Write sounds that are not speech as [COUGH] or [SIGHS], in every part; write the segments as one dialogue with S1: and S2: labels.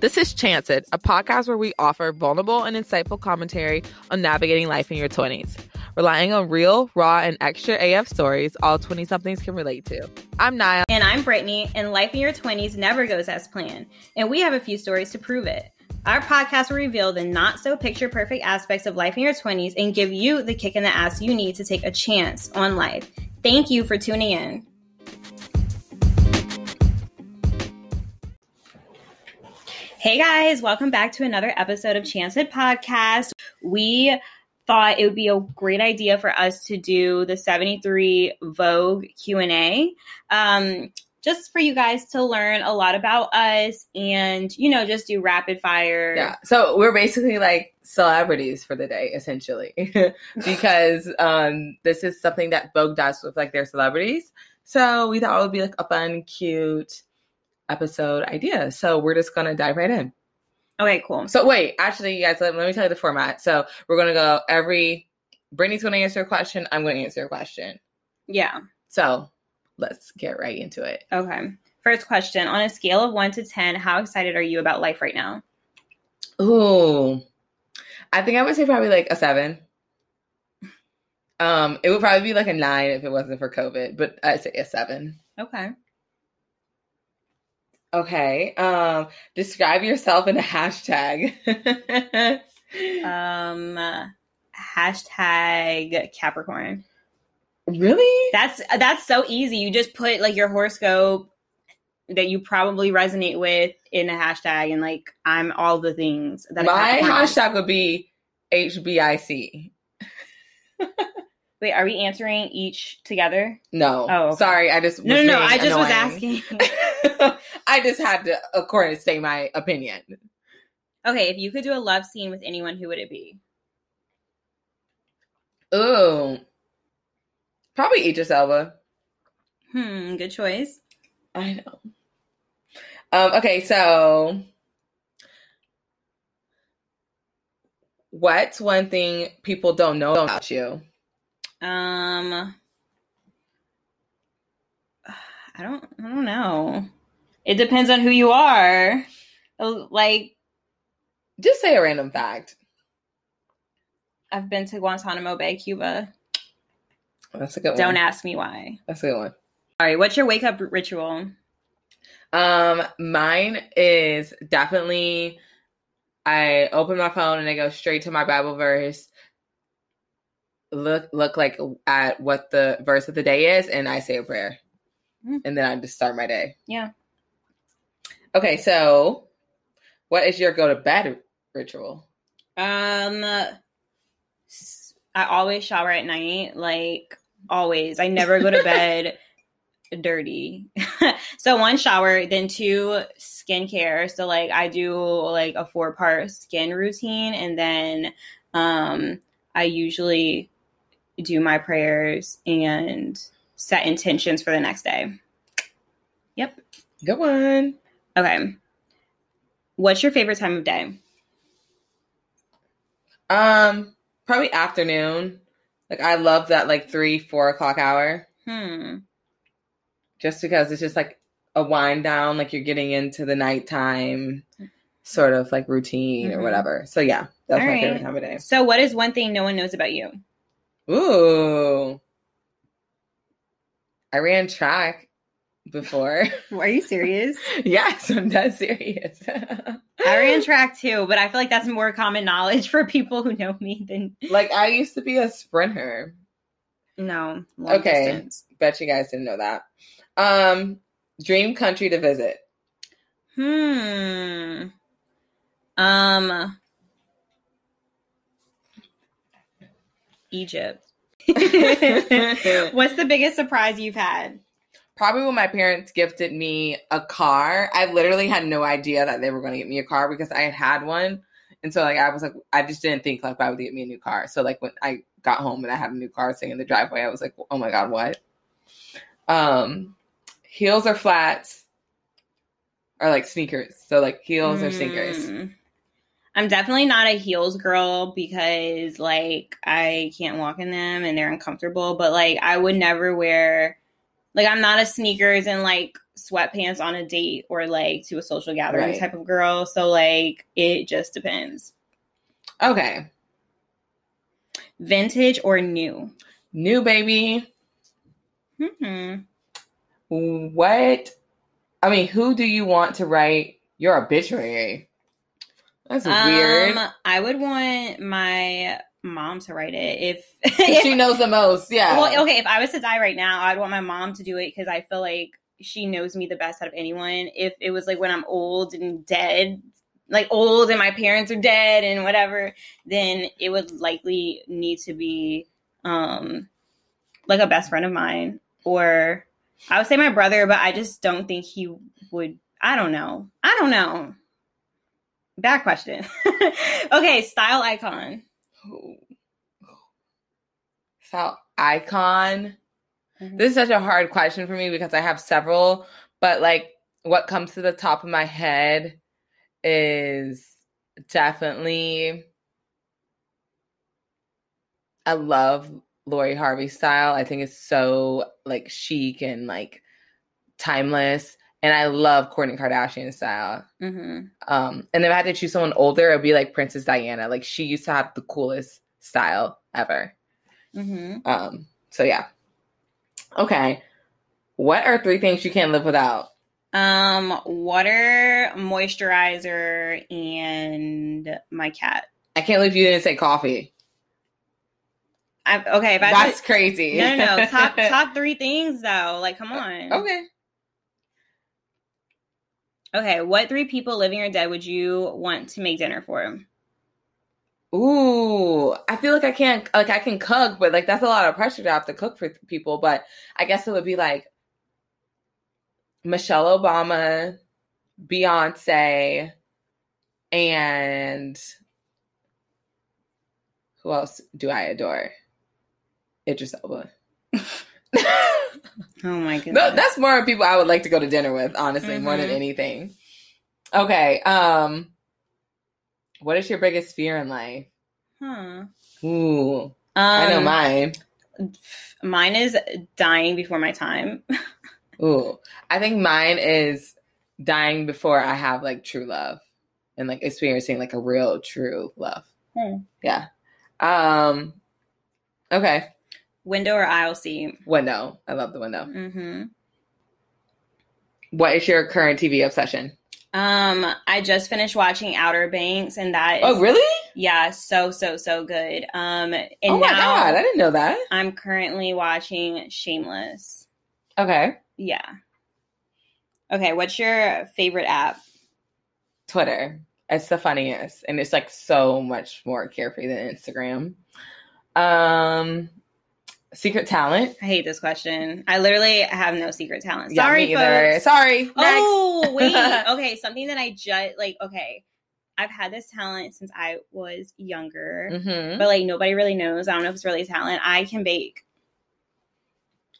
S1: This is Chance It, a podcast where we offer vulnerable and insightful commentary on navigating life in your 20s. Relying on real, raw, and extra AF stories all 20 somethings can relate to. I'm Nia.
S2: And I'm Brittany, and life in your 20s never goes as planned, and we have a few stories to prove it. Our podcast will reveal the not so picture perfect aspects of life in your 20s and give you the kick in the ass you need to take a chance on life. Thank you for tuning in. Hey guys, welcome back to another episode of Chance It Podcast. We thought it would be a great idea for us to do the 73 Vogue Q&A. Um, just for you guys to learn a lot about us and, you know, just do rapid fire.
S1: Yeah. So we're basically like celebrities for the day, essentially, [LAUGHS] because um, this is something that Vogue does with like their celebrities. So we thought it would be like a fun, cute episode idea. So we're just gonna dive right in.
S2: Okay, cool.
S1: So wait, actually, you guys, let, let me tell you the format. So we're gonna go every. Brittany's gonna answer a question. I'm gonna answer a question.
S2: Yeah.
S1: So let's get right into it.
S2: Okay. First question On a scale of one to 10, how excited are you about life right now?
S1: Ooh, I think I would say probably like a seven. Um, it would probably be like a nine if it wasn't for COVID, but I'd say a seven.
S2: Okay.
S1: Okay. Um, describe yourself in a hashtag. [LAUGHS]
S2: Um, hashtag Capricorn.
S1: really?
S2: That's that's so easy. You just put like your horoscope that you probably resonate with in a hashtag, and like I'm all the things that a
S1: My
S2: Capricorn is.
S1: hashtag would be HBIC.
S2: Wait, are we answering each together?
S1: No.
S2: Oh, okay.
S1: sorry. I just
S2: No, no,
S1: was
S2: no.
S1: being
S2: I just was
S1: annoying.
S2: asking.
S1: [LAUGHS]
S2: [LAUGHS]
S1: I just had to, of course, say my opinion.
S2: okay, if you could do a love scene with anyone, who would it be?
S1: Ooh, probably Idris Elba.
S2: Hmm, good choice.
S1: I know. Um, okay, so what's one thing people don't know about you?
S2: Um, [SIGHS] I don't, I don't know. It depends on who you are. Like,
S1: Just say a random fact.
S2: I've been to Guantanamo Bay, Cuba.
S1: That's a good
S2: Don't
S1: one.
S2: ask me why.
S1: That's a good one.
S2: All right, what's your wake up ritual?
S1: Um, mine is definitely I open my phone and I go straight to my Bible verse. Look, look like at what the verse of the day is, and I say a prayer,
S2: Mm.
S1: and then I just start my day.
S2: Yeah.
S1: Okay, so what is your go to bed ritual?
S2: Um, s- I always shower at night, like always. I never go to bed dirty. [LAUGHS] so one shower, then two skincare. So like I do like a four part skin routine, and then um I usually do my prayers and set intentions for the next day.
S1: Good one.
S2: Okay. What's your favorite time of day?
S1: Um, probably afternoon. Like I love that like three, four o'clock hour.
S2: Hmm.
S1: just because it's just like a wind down, like you're getting into the nighttime sort of like routine or
S2: Mhm.
S1: whatever. So yeah, that's
S2: All
S1: my
S2: right.
S1: favorite time of day.
S2: So what is one thing no one knows about you?
S1: Ooh. I ran track before. [LAUGHS]
S2: Are you serious?
S1: yes, I'm that serious.
S2: [LAUGHS] I ran track too, but I feel like that's more common knowledge for people who know me than
S1: [LAUGHS] like I used to be a sprinter.
S2: no long
S1: Okay.
S2: distance.
S1: Bet you guys didn't know that. Um dream country to visit.
S2: Hmm. Um. Egypt. [LAUGHS] What's the biggest surprise you've had?
S1: probably when my parents gifted me a car, I literally had no idea that they were going to get me a car because I had had one. And so, like, I was like, I just didn't think like why would they get me a new car. So, like, when I got home and I had a new car sitting in the driveway, I was like, oh my god, what? Um, heels or flats, or like sneakers. So like heels or sneakers.
S2: Hmm. I'm definitely not a heels girl because like I can't walk in them and they're uncomfortable, but like I would never wear like I'm not a sneakers and like sweatpants on a date or like to a social gathering
S1: Right.
S2: type of girl. So like it just depends.
S1: Okay.
S2: Vintage or new?
S1: New baby.
S2: Hmm.
S1: What? I mean, who do you want to write your obituary? That's weird.
S2: Um, I would want my mom to write it if, [LAUGHS]
S1: 'Cause
S2: if
S1: she knows the most. Yeah.
S2: Well, okay, if I was to die right now, I'd want my mom to do it because I feel like she knows me the best out of anyone. If it was like when I'm old and dead, like old and my parents are dead and whatever, then it would likely need to be um like a best friend of mine or I would say my brother, but I just don't think he would I don't know. I don't know. Bad question. [LAUGHS] okay, style icon.
S1: So icon. This is such a hard question for me because I have several, but like what comes to the top of my head is definitely I love Lori Harvey style. I think it's so like chic and like timeless. And I love Kourtney Kardashian style.
S2: Mm-hmm.
S1: Um, and if I had to choose someone older, it'd be like Princess Diana. Like she used to have the coolest style ever.
S2: Mm-hmm.
S1: Um, so yeah. Okay. What are three things you can't live without?
S2: Um, water, moisturizer, and my cat.
S1: I can't believe you didn't say coffee.
S2: I, okay, if I
S1: That's crazy.
S2: [LAUGHS] no, no,
S1: [LAUGHS]
S2: no, top top three things though. Like, come on.
S1: okay.
S2: Okay, what three people, living or dead, would you want to make dinner for?
S1: Ooh, I feel like I can't like I can cook, but like that's a lot of pressure to have to cook for people. But I guess it would be like Michelle Obama, Beyonce, and who else do I adore? Idris Elba.
S2: Oh my goodness.
S1: No, that's more people I would like to go to dinner with, honestly, more than
S2: Mhm.
S1: anything. Okay. Um what is your biggest fear in life?
S2: huh. Um,
S1: Ooh. I know mine.
S2: Mine is dying before my time. [LAUGHS]
S1: Ooh. I think mine is dying before I have like true love and like experiencing like a real true love.
S2: Hmm.
S1: Yeah. Um okay.
S2: Window or aisle seat.
S1: Window. I love the window.
S2: Mm-hmm.
S1: What is your current TV obsession?
S2: Um, I just finished watching Outer Banks, and that is,
S1: Oh really?
S2: yeah, so so so good. Um, and
S1: Oh my
S2: now,
S1: god, I didn't know that.
S2: I'm currently watching Shameless.
S1: Okay.
S2: Yeah. Okay, what's your favorite app?
S1: Twitter. It's the funniest, and it's like so much more carefree than Instagram. Um, secret talent.
S2: I hate this question. I literally have no secret talent.
S1: Yeah,
S2: Sorry,
S1: me either.
S2: folks.
S1: Sorry. Next.
S2: Oh, wait.
S1: [LAUGHS]
S2: Okay, something that I just like. Okay, I've had this talent since I was younger,
S1: Mhm.
S2: but like nobody really knows. I don't know if it's really a talent. I can bake.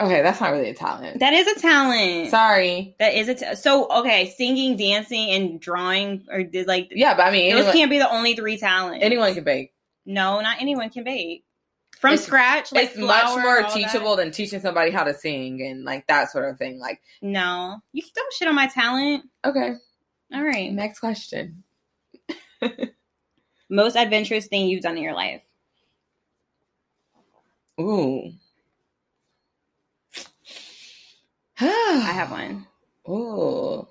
S1: Okay, that's not really a talent.
S2: That is a talent.
S1: Sorry.
S2: That is a ta- so okay. Singing, dancing, and drawing, or did like
S1: Yeah, but I mean,
S2: those
S1: anyone,
S2: can't be the only three talents.
S1: anyone can bake.
S2: No, not anyone can bake from
S1: It's-
S2: scratch. Like
S1: it's much
S2: flour,
S1: more
S2: all that.
S1: teachable than teaching somebody how to sing and like that sort of thing. Like,
S2: No, you don't shit on my talent.
S1: okay,
S2: All right.
S1: next question.
S2: Most adventurous thing you've done in your life.
S1: Ooh.
S2: I
S1: I [SIGHS]
S2: have one.
S1: Oh,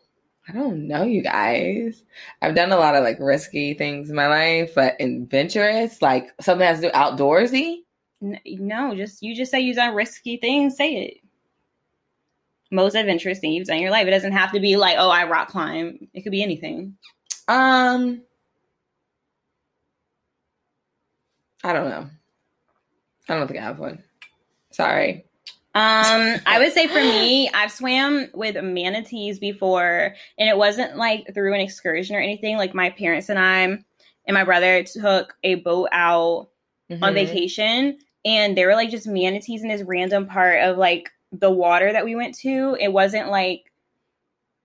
S1: I don't know, you guys. I've done a lot of like risky things in my life, but adventurous, like something that's outdoorsy.
S2: N- No, just you just say you've done risky things. Say it. Most adventurous thing you've done in your life. It doesn't have to be like, oh, I rock climb. It could be anything.
S1: Um, I don't know. I don't think I have one. Sorry.
S2: Um, I would say
S1: [GASPS]
S2: for me, I've swam with manatees before, and it wasn't like through an excursion or anything. Like my parents and I and my brother took a boat out on
S1: Mhm.
S2: vacation and there were like just manatees in this random part of like the water that we went to. It wasn't like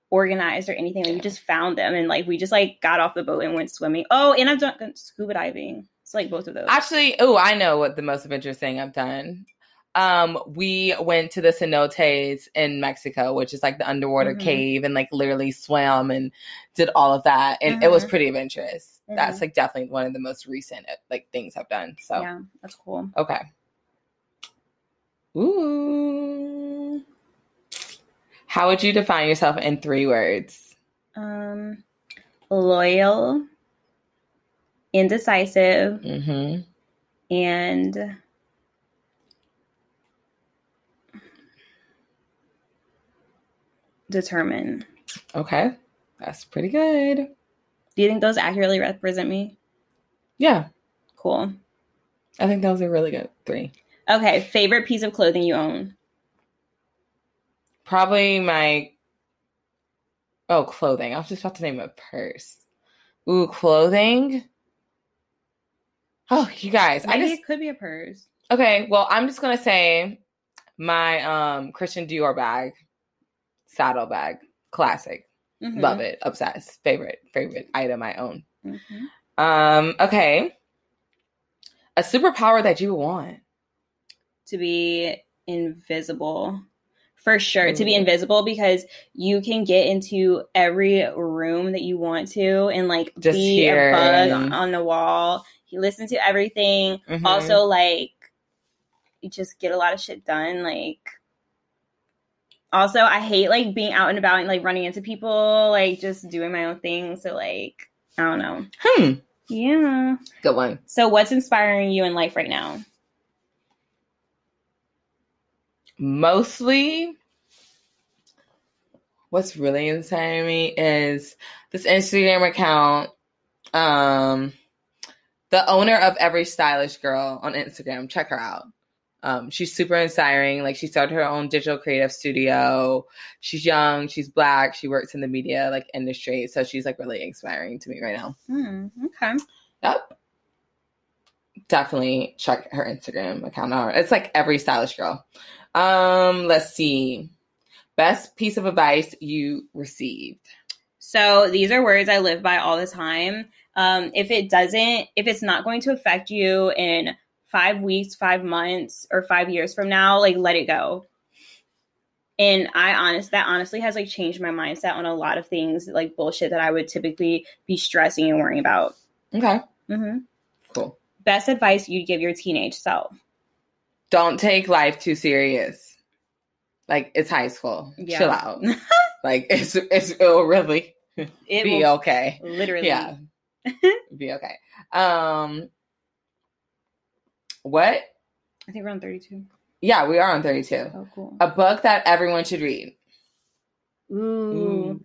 S2: organized or anything. Like, we just found them and like we just like got off the boat and went swimming. Oh, and I've
S1: Mm-hmm.
S2: done scuba diving. It's like both of those.
S1: Actually, oh, I know what the most adventurous thing I've done. um, we went to the cenotes in Mexico, which is like the underwater
S2: Mhm.
S1: cave, and like literally swam and did all of that, and it was pretty adventurous. That's like definitely one of the most recent uh, like things I've done. So
S2: Yeah, that's cool.
S1: okay. Ooh. How would you define yourself in three words?
S2: Um, loyal, indecisive,
S1: Mm-hmm.
S2: and determined.
S1: Okay. That's pretty good.
S2: Do you think those accurately represent me?
S1: Yeah.
S2: Cool.
S1: I think those are really good three.
S2: Okay, favorite piece of clothing you own.
S1: Probably my oh clothing. I was just about to name a purse. Ooh, clothing. Oh, you guys.
S2: Maybe
S1: I just
S2: it could be a purse.
S1: okay. Well, I'm just gonna say my um Christian Dior bag, saddle bag, classic.
S2: Mm-hmm.
S1: Love it. Obsessed. Favorite. Favorite item I own.
S2: Mm-hmm.
S1: Um. Okay. A superpower that you want.
S2: To be invisible. For sure, to be
S1: Ooh.
S2: invisible because you can get into every room that you want to and like
S1: Just
S2: be
S1: hear
S2: a bug
S1: and-
S2: on the wall. You listen to everything.
S1: Mhm.
S2: Also, like, you just get a lot of shit done. Like, also, I hate like being out and about and like running into people, like just doing my own thing. So, like, I don't know.
S1: Hmm.
S2: Yeah.
S1: Good one.
S2: So, what's inspiring you in life right now?
S1: mostly what's really inspiring me is this Instagram account. Um, the owner of Every Stylish Girl on Instagram, check her out. Um, she's super inspiring. Like she started her own digital creative studio. She's young. She's black. She works in the media like industry, so she's like really inspiring to me right now.
S2: Hmm, okay.
S1: Yep. Definitely check her Instagram account out. It's like every stylish girl. Um, let's see. Best piece of advice you received.
S2: So, these are words I live by all the time. Um, if it doesn't, if it's not going to affect you in five weeks, five months, or five years from now, like, let it go. And I honest that honestly has like changed my mindset on a lot of things, like bullshit that I would typically be stressing and worrying about.
S1: Okay,
S2: hmm
S1: cool.
S2: Best advice you'd give your teenage self.
S1: Don't take life too serious. Like it's high school.
S2: Yeah.
S1: Chill out. [LAUGHS] like it's it's it'll really
S2: It
S1: be
S2: will
S1: okay.
S2: literally [LAUGHS]
S1: Yeah. be okay. Um what?
S2: I think we're on 32.
S1: Yeah, we are on 32.
S2: Oh, cool.
S1: A book that everyone should read.
S2: Ooh.
S1: Mm.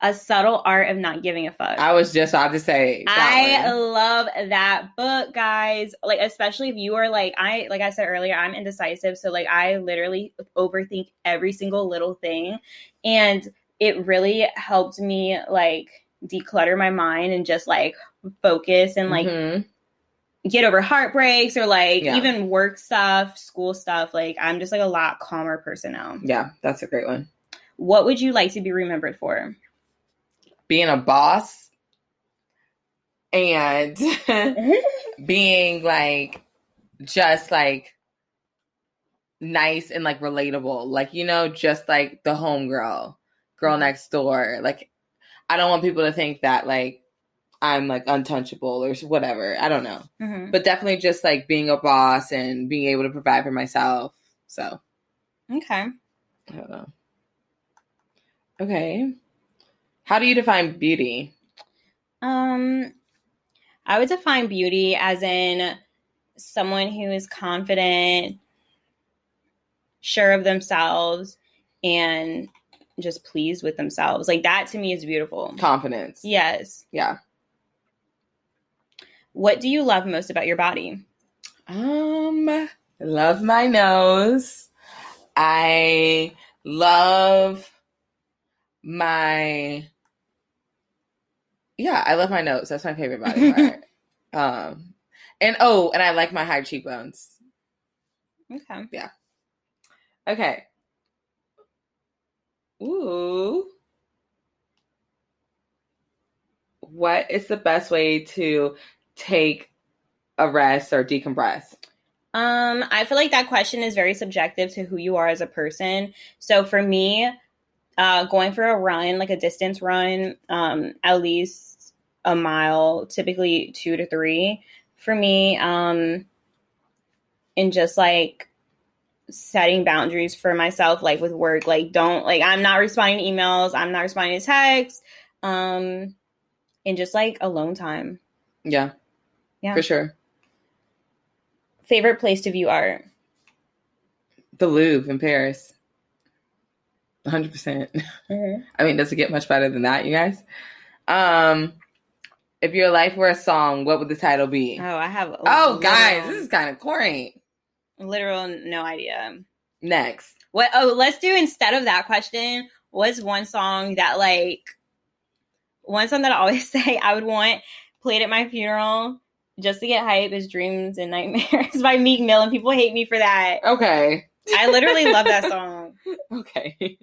S2: A Subtle Art of Not Giving a Fuck. I,
S1: I was just about to say. that one.
S2: love that book, guys. Like, especially if you are like, I, like I said earlier, I'm indecisive. So, like, I literally overthink every single little thing. And it really helped me, like, declutter my mind and just, like, focus and, like,
S1: Mhm.
S2: get over heartbreaks or, like,
S1: Yeah.
S2: even work stuff, school stuff. Like, I'm just, like, a lot calmer person now.
S1: yeah, that's a great one.
S2: What would you like to be remembered for?
S1: Being a boss and [LAUGHS] Mm-hmm. being like just like nice and like relatable, like you know, just like the homegirl, girl next door. Like, I don't want people to think that like I'm like untouchable or whatever. I don't know,
S2: Mhm.
S1: but definitely just like being a boss and being able to provide for myself. So
S2: Okay.
S1: I don't know. Okay. How do you define beauty?
S2: Um I would define beauty as in someone who is confident, sure of themselves, and just pleased with themselves. Like that to me is beautiful.
S1: Confidence.
S2: Yes.
S1: Yeah.
S2: What do you love most about your body?
S1: Um, love my nose. I love my Yeah, I love my nose. That's my favorite body part. um and oh, and I like my high cheekbones.
S2: Okay.
S1: Okay. Ooh. What is the best way to take a rest or decompress?
S2: Um, I feel like that question is very subjective to who you are as a person. So for me, uh, going for a run, like a distance run, um, at least a mile, typically two to three for me. Um, and just like setting boundaries for myself, like with work, like don't like I'm not responding to emails, I'm not responding to texts, um, and just like alone time.
S1: Yeah.
S2: Yeah.
S1: For sure.
S2: Favorite place to view art?
S1: The Louvre in Paris. 100%. [LAUGHS] I mean, does it get much better than that, you guys? Um, if your life were a song, what would the title be?
S2: Oh, I have. a
S1: oh, guys,
S2: literal-
S1: this is kind of corny.
S2: literal no idea.
S1: Next.
S2: What? Oh, let's do instead of that question. What's one song that like? One song that I always [LAUGHS] say I would want played at my funeral just to get hype is "Dreams and Nightmares" [LAUGHS] by Meek Mill, and people hate me for that.
S1: Okay. [LAUGHS]
S2: I literally love that song.
S1: Okay.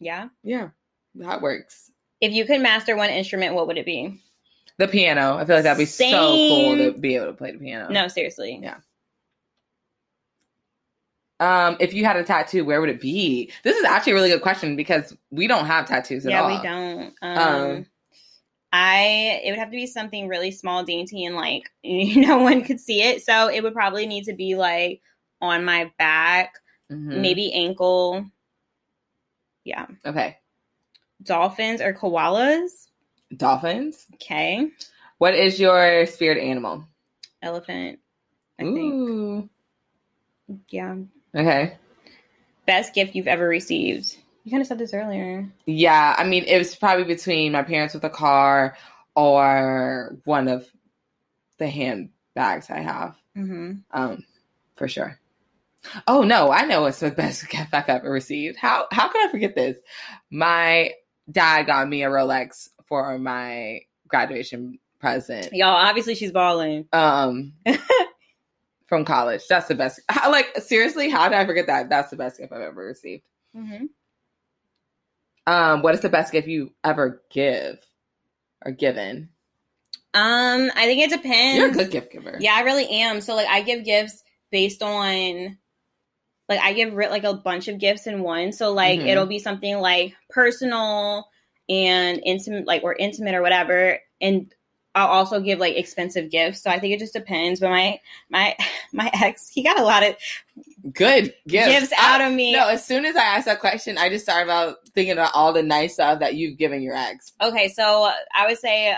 S2: Yeah.
S1: yeah, that works.
S2: If you could master one instrument, what would it be?
S1: The piano. I feel like that'd be so cool
S2: Same.
S1: to be able to play the piano.
S2: No, seriously.
S1: Yeah. Um, if you had a tattoo, where would it be? This is actually a really good question because we don't have tattoos at
S2: yeah,
S1: all.
S2: we don't. Um,
S1: Um,
S2: I it would have to be something really small, dainty, and like [LAUGHS] no one could see it. So it would probably need to be like on my back,
S1: Mhm.
S2: maybe ankle.
S1: Okay.
S2: Dolphins or koalas?
S1: Dolphins.
S2: Okay,
S1: What is your spirit animal?
S2: elephant. I think
S1: Ooh.
S2: yeah.
S1: Okay.
S2: Best gift you've ever received. You kind of said this earlier.
S1: Yeah, I mean, it was probably between my parents with a car or one of the handbags I have,
S2: Mm-hmm.
S1: um, for sure. Oh no, I know what's the best [LAUGHS] gift I've ever received. How how could I forget this? My dad got me a Rolex for my graduation present.
S2: Y'all, obviously she's balling.
S1: Um. [LAUGHS] From college, that's the best. [LAUGHS] How, like seriously, how did I forget that? That's the best gift I've ever received.
S2: Mm-hmm.
S1: Um, what is the best gift you ever give or given?
S2: Um, I think it depends.
S1: You're a good gift giver.
S2: Yeah, I really am. So like I give gifts based on like I give re- like a bunch of gifts in one. So like
S1: Mhm.
S2: it'll be something like personal and intimate like or intimate or whatever and I'll also give like expensive gifts. So I think it just depends. But my my [LAUGHS] my ex, he got a lot of
S1: Good gifts.
S2: gifts out of me.
S1: No, as soon as I asked that question, I just started about thinking about all the nice stuff that you've given your ex.
S2: Okay, so I would say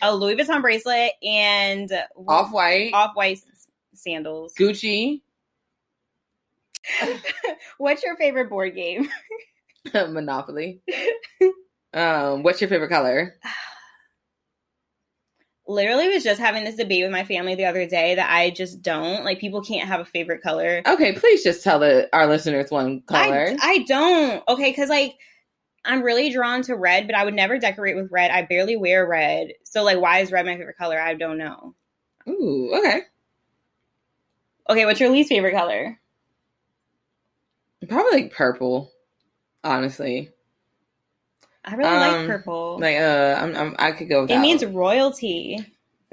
S2: a Louis Vuitton bracelet and
S1: Off white,
S2: off white sandals.
S1: Gucci, [LAUGHS]
S2: What's your favorite board game?
S1: Monopoly.
S2: [LAUGHS]
S1: um, what's your favorite color?
S2: literally was just having this debate with my family the other day that I just don't like people can't have a favorite color.
S1: Okay, please just tell the, our listeners one color.
S2: I, I don't. Okay, cuz like I'm really drawn to red, but I would never decorate with red. I barely wear red. So like why is red my favorite color? I don't know.
S1: Ooh, okay.
S2: Okay, what's your least favorite color?
S1: Probably like purple. Honestly,
S2: I really
S1: Um,
S2: like purple.
S1: like uh, I'm, I'm I could go. With
S2: it
S1: that
S2: means
S1: one.
S2: royalty.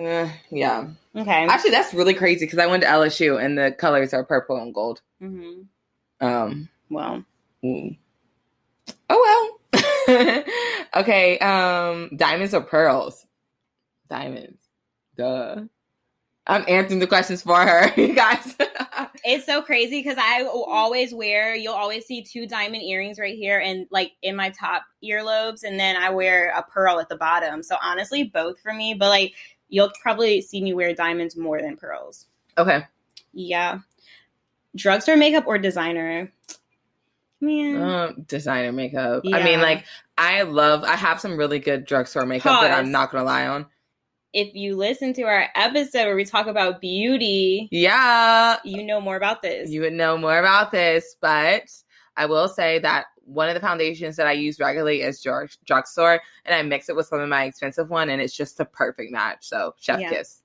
S1: Uh, yeah.
S2: Okay.
S1: Actually, that's really crazy because I went to LSU and the colors are purple and gold.
S2: hmm
S1: Um,
S2: Well,
S1: mm. oh well. [LAUGHS] okay, um, diamonds or pearls? Diamonds. Duh. I'm answering the questions for her, [LAUGHS] you guys.
S2: it's so crazy because I will always wear, you'll always see two diamond earrings right here and like in my top earlobes. And then I wear a pearl at the bottom. So honestly, both for me, but like you'll probably see me wear diamonds more than pearls.
S1: okay.
S2: Yeah. Drugstore makeup or designer? Man.
S1: Um, designer makeup. I mean,
S2: Yeah.
S1: like, I love. I have some really good drugstore makeup that I'm
S2: Pause.
S1: not gonna lie on.
S2: if you listen to our episode where we talk about beauty,
S1: Yeah,
S2: you know more about this.
S1: you would know more about this, but I will say that one of the foundations that I use regularly is drug- drugstore, and I mix it with some of my expensive one, and it's just the perfect match. So chef
S2: Yeah.
S1: kiss.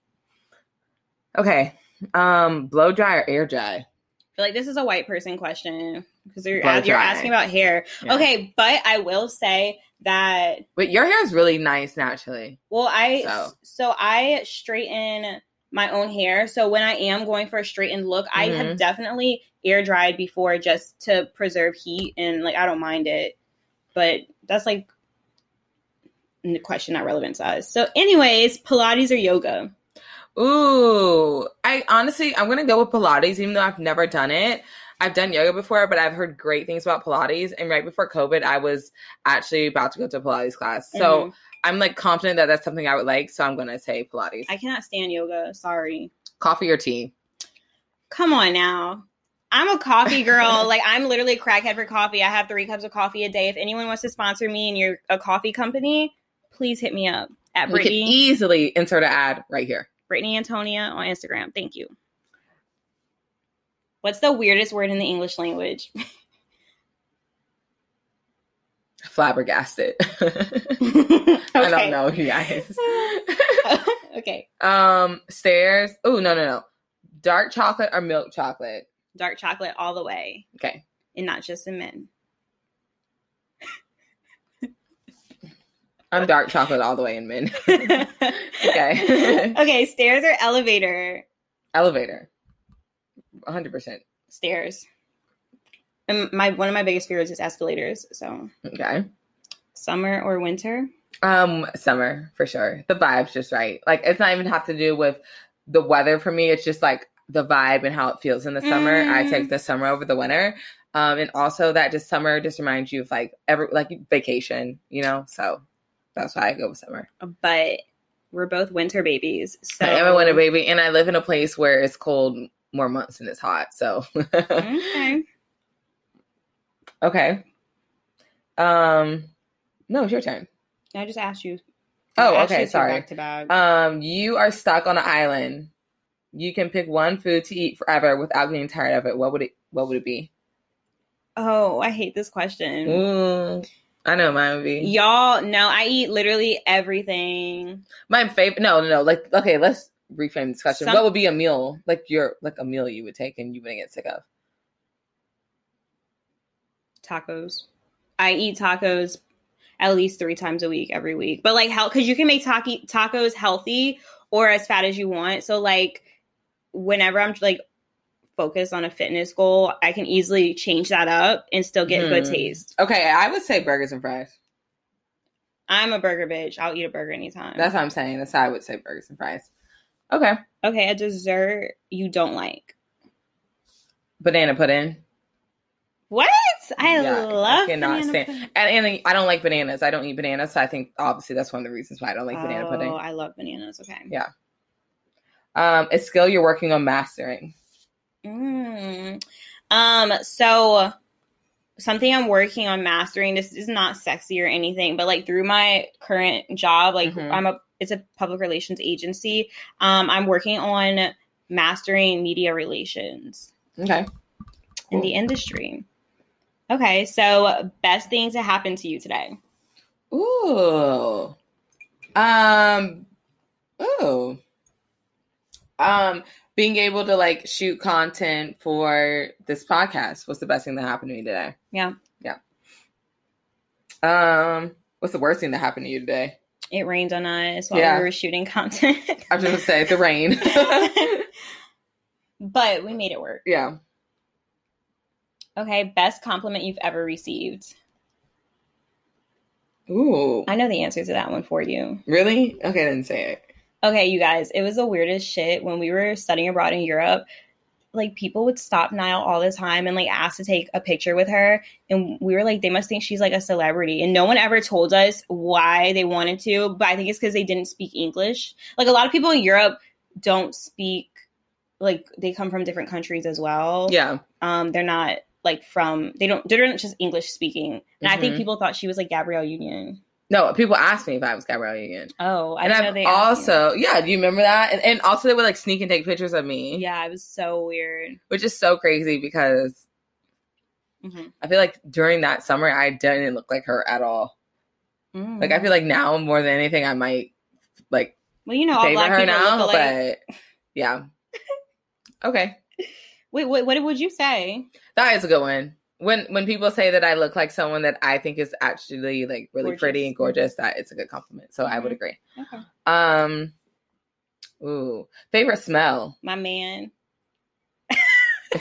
S1: Okay, um, blow dry or air dry?
S2: I feel like this is a white person question because you're,
S1: Blow
S2: you're
S1: dry.
S2: asking about hair.
S1: Yeah.
S2: Okay, but I will say that
S1: but your hair is really nice naturally.
S2: Well, I
S1: So.
S2: so, I straighten my own hair. So when I am going for a straightened look, I
S1: Mm-hmm.
S2: have definitely air dried before just to preserve heat and like I don't mind it. But that's like the question not relevant to us. So anyways, Pilates or yoga?
S1: Ooh, I honestly, I'm gonna go with Pilates, even though I've never done it. I've done yoga before, but I've heard great things about Pilates. And right before COVID, I was actually about to go to a Pilates class, so
S2: Mhm.
S1: I'm like confident that that's something I would like. So I'm gonna say Pilates.
S2: I cannot stand yoga. Sorry.
S1: Coffee or tea?
S2: Come on now. I'm a coffee
S1: [LAUGHS]
S2: girl. like I'm literally a crackhead for coffee. I have three cups of coffee a day. If anyone wants to sponsor me and you're a coffee company, please hit me up at
S1: We could
S2: Brittany
S1: easily insert an ad right here.
S2: Brittany Antonia on Instagram. Thank you. What's the weirdest word in the English language? [LAUGHS] [LAUGHS]
S1: Flabbergasted.
S2: okay.
S1: I don't know, you guys.
S2: okay.
S1: um, stairs. Ooh, no, no, no. Dark chocolate or milk chocolate?
S2: Dark chocolate all the way.
S1: Okay.
S2: And not just
S1: [LAUGHS]
S2: in men.
S1: I'm dark chocolate all the way in men.
S2: okay. [LAUGHS] okay, stairs or elevator?
S1: [LAUGHS] Elevator. 100%.
S2: Stairs. And my one of my biggest fears is escalators. So
S1: Okay.
S2: summer or winter?
S1: Um, summer for sure. The vibe's just right. Like it's not even have to do with the weather for me. It's just like the vibe and how it feels in the summer. I
S2: Mm.
S1: take the summer over the winter. Um, and also that just summer just reminds you of like every like vacation, you know. So that's why I go with summer.
S2: But we're both winter babies. So
S1: I am a winter baby, and I live in a place where it's cold more months than it's hot. So [LAUGHS]
S2: [LAUGHS] Okay.
S1: okay. Um, no, it's your turn.
S2: I just asked you.
S1: Oh,
S2: I asked
S1: okay,
S2: you two
S1: sorry.
S2: back to back.
S1: Um, you are stuck on an island. You can pick one food to eat forever without getting tired of it. What would it what would it be?
S2: oh, I hate this question.
S1: Ooh. Mm, I know mine would be.
S2: Y'all know I eat literally everything.
S1: My favorite no, no, no. Like okay, let's reframe this question.
S2: Some-
S1: what would be a meal? Like your like a meal you would take and you wouldn't get sick of.
S2: Tacos. I eat tacos at least three times a week every week. But like how because you can make taki- tacos healthy or as fat as you want. So like whenever I'm like focused on a fitness goal, I can easily change that up and still get good
S1: Hmm.
S2: taste.
S1: Okay, I would say burgers and fries.
S2: I'm a burger bitch. I'll eat a burger anytime.
S1: That's what I'm saying. That's how I would say burgers and fries. Okay.
S2: okay, a dessert you don't like.
S1: Banana pudding.
S2: What? I
S1: Yeah,
S2: love
S1: cannot
S2: banana
S1: stand-
S2: pudding.
S1: And, and I don't like bananas. I don't eat bananas, so I think obviously that's one of the reasons why I don't like banana
S2: oh,
S1: pudding.
S2: I love bananas. Okay.
S1: Yeah. Um, a skill you're working on mastering.
S2: Mm. Um, so something I'm working on mastering, this is not sexy or anything, but like through my current job, like
S1: Mhm.
S2: I'm a it's a public relations agency. Um, I'm working on mastering media relations
S1: Okay.
S2: in the industry. Okay, so best thing to happen to you today.
S1: Ooh. Um. Ooh. Um. Being able to like shoot content for this podcast was the best thing that happened to me today.
S2: Yeah.
S1: Yeah. Um. What's the worst thing that happened to you today?
S2: It rained on us while
S1: Yeah.
S2: we were shooting content.
S1: [LAUGHS]
S2: [LAUGHS]
S1: I was just gonna say the rain. [LAUGHS]
S2: but we made it work.
S1: yeah.
S2: Okay, best compliment you've ever received.
S1: Ooh.
S2: I know the answer to that one for you.
S1: Really? Okay, I didn't say it.
S2: Okay, you guys, it was the weirdest shit when we were studying abroad in Europe. Like people would stop Niall all the time and like ask to take a picture with her, and we were like, they must think she's like a celebrity, and no one ever told us why they wanted to. But I think it's because they didn't speak English. Like a lot of people in Europe don't speak, like they come from different countries as well.
S1: Yeah.
S2: um, they're not like from they don't they're not just English speaking. And I think
S1: Mhm.
S2: people thought she was like Gabrielle Union.
S1: No, people asked me if I was Gabrielle Union.
S2: Oh, I
S1: and
S2: know
S1: I've
S2: they asked you.
S1: also, yeah, do you remember that? And, and also, they would like sneak and take pictures of me,
S2: yeah, it was so weird.
S1: which is so crazy because
S2: Mhm.
S1: I feel like during that summer, I didn't look like her at all.
S2: Mm.
S1: Like, I feel like now more than anything, I might like
S2: Well, you know, all
S1: favor
S2: black
S1: her
S2: people
S1: now,
S2: look alike.
S1: but yeah. [LAUGHS] okay,
S2: Wait, wait, what would you say?
S1: that is a good one. When when people say that I look like someone that I think is actually like really
S2: Gorgeous. Mm-hmm.
S1: pretty and gorgeous, that it's a good compliment. So I would
S2: Mhm.
S1: agree.
S2: Okay.
S1: Um, Ooh, favorite
S2: [LAUGHS]
S1: smell.
S2: my man.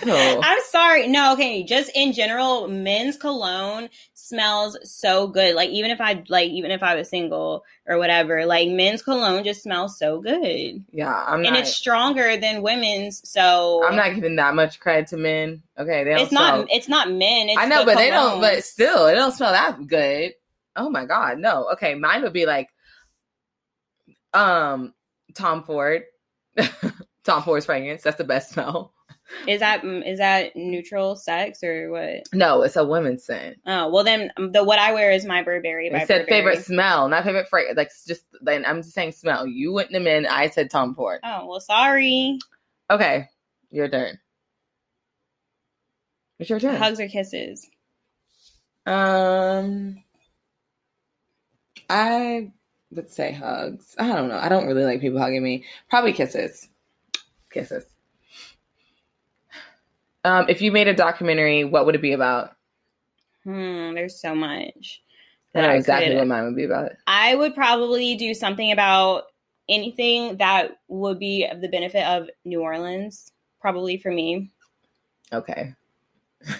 S1: Ew.
S2: I'm sorry. No, okay. Just in general, men's cologne smells so good. Like even if I like even if I was single or whatever, like men's cologne just smells so good.
S1: Yeah, I'm
S2: and
S1: not.
S2: it's stronger than women's, so
S1: I'm not giving that much credit to men. Okay, they don't.
S2: it's not
S1: smell-
S2: it's not men. It's
S1: I know,
S2: the
S1: but they don't.
S2: cologne.
S1: But still, it don't smell that good. Oh my god, no. Okay, mine would be like, um, Tom Ford. [LAUGHS] Tom Ford's fragrance. That's the best smell.
S2: is that mm, is that neutral sex or what?
S1: No, it's a women's scent.
S2: Oh well, then the what I wear is my Burberry. By
S1: I said
S2: Burberry.
S1: favorite smell, not favorite fragrance. Like it's just then I'm just saying smell. You went them in. I said Tom Ford.
S2: Oh well, sorry.
S1: Okay, your turn. It's your turn.
S2: Hugs or kisses?
S1: Um, I would say hugs. I don't know. I don't really like people hugging me. Probably kisses. Kisses. Um, if you made a documentary, what would it be about?
S2: Hmm. There's so much.
S1: I know
S2: that I
S1: exactly
S2: could-
S1: what mine would be about.
S2: I would probably do something about anything that would be of the benefit of New Orleans, probably for me,
S1: Okay.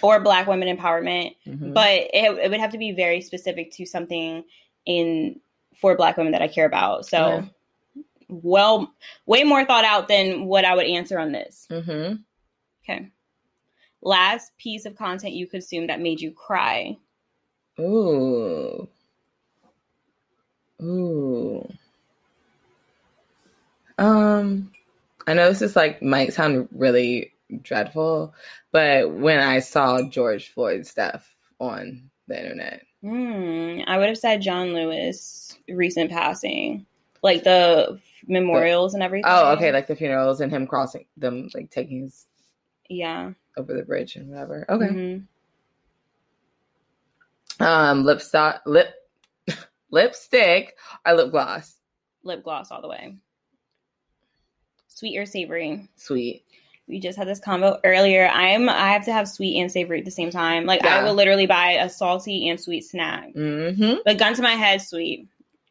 S2: or Black women empowerment.
S1: Mhm.
S2: But it, it would have to be very specific to something in for Black women that I care about. So,
S1: Okay.
S2: well, way more thought out than what I would answer on this.
S1: Mhm.
S2: Last piece of content you consumed that made you cry.
S1: Ooh. Ooh. Um, I know this is like might sound really dreadful, but when I saw George Floyd stuff on the internet,
S2: Hmm. I would have said John Lewis recent passing, like the memorials and everything.
S1: oh, okay, like the funerals and him crossing them, like taking his
S2: yeah.
S1: over the bridge and whatever. Okay,
S2: Mhm.
S1: um, lipstick, lip, [LAUGHS] lipstick, or lip gloss,
S2: Lip gloss all the way. Sweet or savory?
S1: sweet.
S2: We just had this combo earlier. I'm I have to have sweet and savory at the same time. Like I
S1: Yeah.
S2: will literally buy a salty and sweet snack.
S1: Mm-hmm.
S2: But gun to my head, sweet,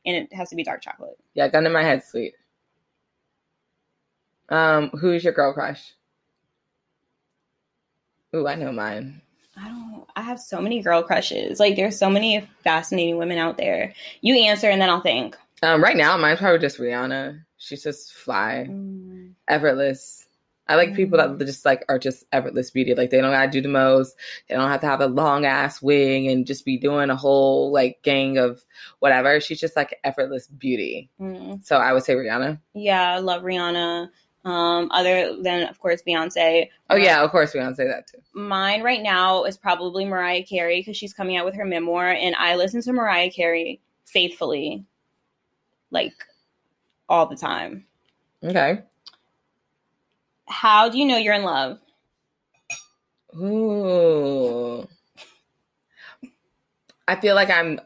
S2: and it has to be dark chocolate.
S1: Yeah, gun to my head, sweet. Um, who's your girl crush? Ooh, I know mine.
S2: I don't. I have so many girl crushes. Like there's so many fascinating women out there. You answer and then I'll think.
S1: Um, right now, mine's probably just Rihanna. She's just fly,
S2: Mm.
S1: effortless. I like people that just like are just effortless beauty. Like they don't gotta do the most. They don't have to have a long ass wig and just be doing a whole like gang of whatever. She's just like effortless beauty.
S2: Mm.
S1: So I would say Rihanna.
S2: Yeah, I love Rihanna. Um, other than of course Beyonce. Um,
S1: Oh yeah, of course Rihanna say that too.
S2: mine right now is probably Mariah Carey because she's coming out with her memoir, and I listen to Mariah Carey faithfully, like all the time.
S1: Okay.
S2: How do you know you're in love?
S1: Ooh. I feel like I'm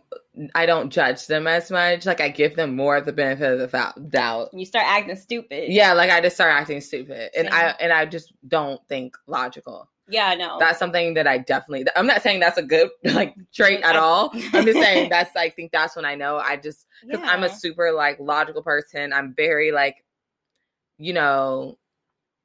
S1: I don't judge them as much. Like I give them more of the benefit of the fou- doubt.
S2: You start acting stupid.
S1: Yeah, like I just start acting stupid. And I
S2: Same.
S1: and I just don't think logical.
S2: yeah, no,
S1: That's something that I definitely I'm not saying that's a good [LAUGHS] like trait at
S2: I-
S1: all. I'm just
S2: [LAUGHS]
S1: saying that's I think that's when I know I just because I'm a
S2: Yeah.
S1: super like logical person. I'm very like, you know,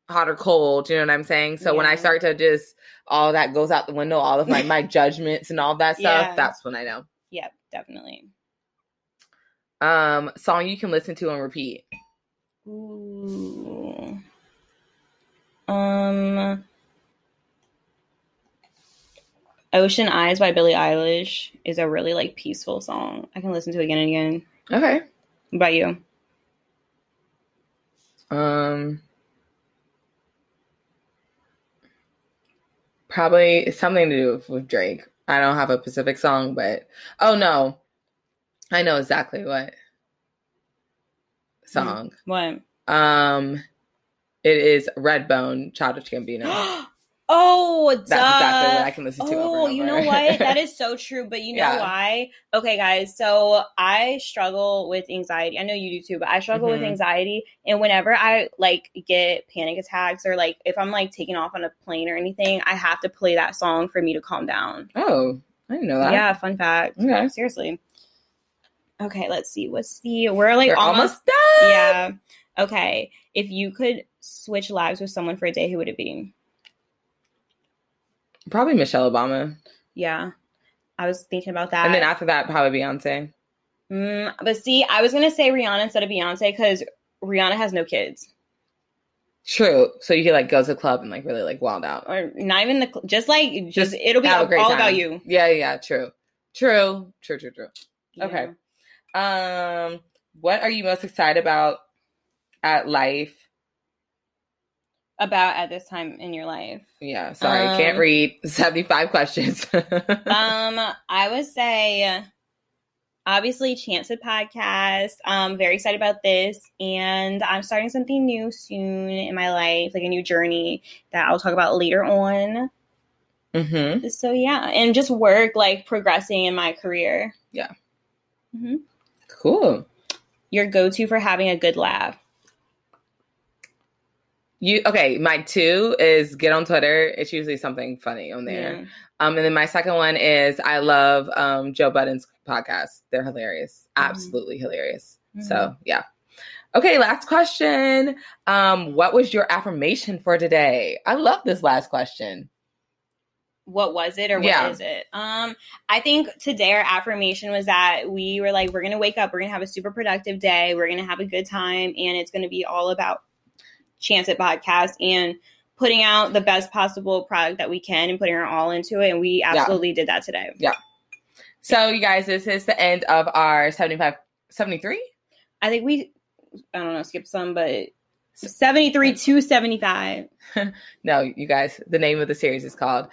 S1: hot or cold. You know what I'm saying? So when I
S2: Yeah.
S1: start to just all that goes out the window, all of like
S2: [LAUGHS]
S1: my judgments and all that stuff.
S2: Yeah.
S1: That's when I know.
S2: yeah, definitely.
S1: Um, song you can listen to and repeat.
S2: Ooh. Um. Ocean Eyes by Billie Eilish is a really like peaceful song. I can listen to it again and again.
S1: Okay.
S2: What about you?
S1: Um. Probably something to do with, with Drake. I don't have a specific song, but oh no, I know exactly what
S2: Mm.
S1: song.
S2: What?
S1: Um, it is Redbone, Childish
S2: [GASPS]
S1: Gambino.
S2: [GASPS] oh,
S1: That's
S2: duh.
S1: exactly what I can listen to. over
S2: Oh,
S1: and
S2: you
S1: over.
S2: know
S1: [LAUGHS]
S2: what? That is so true. But you know
S1: Yeah.
S2: why? Okay, guys. So I struggle with anxiety. I know you do too, but I struggle with
S1: Mhm.
S2: anxiety. And whenever I like get panic attacks or like if I'm like taking off on a plane or anything, I have to play that song for me to calm down.
S1: oh, I didn't know that.
S2: Yeah, fun fact.
S1: Okay.
S2: Seriously. Okay, let's see. What's the? We're like
S1: You're
S2: almost
S1: almost, done.
S2: [LAUGHS] yeah. Okay, if you could switch lives with someone for a day, who would it be?
S1: Probably Michelle Obama.
S2: Yeah, I was thinking about that.
S1: And then after that, probably Beyonce.
S2: Mm, but see, I was gonna say Rihanna instead of Beyonce because Rihanna has no kids,
S1: True. So you could like go to a club and like really like wild out.
S2: or not even the cl- just like just,
S1: Just
S2: it'll be
S1: have a
S2: all,
S1: great
S2: all
S1: time.
S2: about you.
S1: Yeah, yeah, true. True. True, true, true. Okay.
S2: Yeah.
S1: Um, what are you most excited about at life?
S2: About at this time in
S1: [LAUGHS]
S2: your life.
S1: Yeah, sorry, can't
S2: Um,
S1: read. [LAUGHS] Seventy-five questions.
S2: [LAUGHS] um, I would say obviously Chance of Podcast. Um, very excited about this, and I'm starting something new soon in my life, like a new journey that I'll talk about later on.
S1: hmm
S2: So yeah, and just work like progressing in my career.
S1: Cool.
S2: Your go-to for having a good laugh.
S1: You okay? My two is get on Twitter. It's usually something funny on there.
S2: Yeah.
S1: Um, and then my second one is I love um Joe Budden's podcast. They're hilarious,
S2: Mhm.
S1: absolutely hilarious. So
S2: Mhm.
S1: yeah. Okay, last question. Um, what was your affirmation for today? I love this last question.
S2: What was it or what is
S1: Yeah.
S2: it? Um, I think today our affirmation was that we were like, we're gonna wake up, we're gonna have a super productive day, we're gonna have a good time, and it's gonna be all about Chance It Podcast and putting out the best possible product that we can and putting our all into it. And we absolutely did that today.
S1: So you guys, this is the end of our 75, 73?
S2: I think we I don't know, skip some, but 73 to 75.
S1: No, you guys, the name of the series is called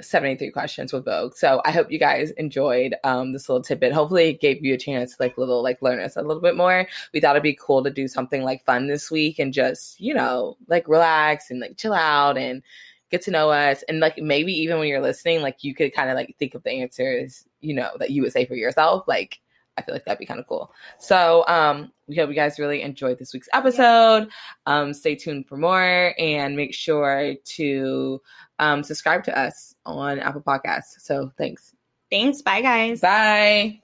S1: 73 Questions with Vogue. So I hope you guys enjoyed um, this little tidbit. Hopefully it gave you a chance to like little like learn us a little bit more. We thought it'd be cool to do something like fun this week and just, you know, like relax and like chill out and get to know us. And like maybe even when you're listening, like you could kind of like think of the answers, you know, that you would say for yourself. Like I feel like that'd be kind of cool. So um we hope you guys really enjoyed this week's episode. Um, stay tuned for more and make sure to um, subscribe to us on Apple Podcasts. So thanks.
S2: Thanks. Bye guys.
S1: Bye.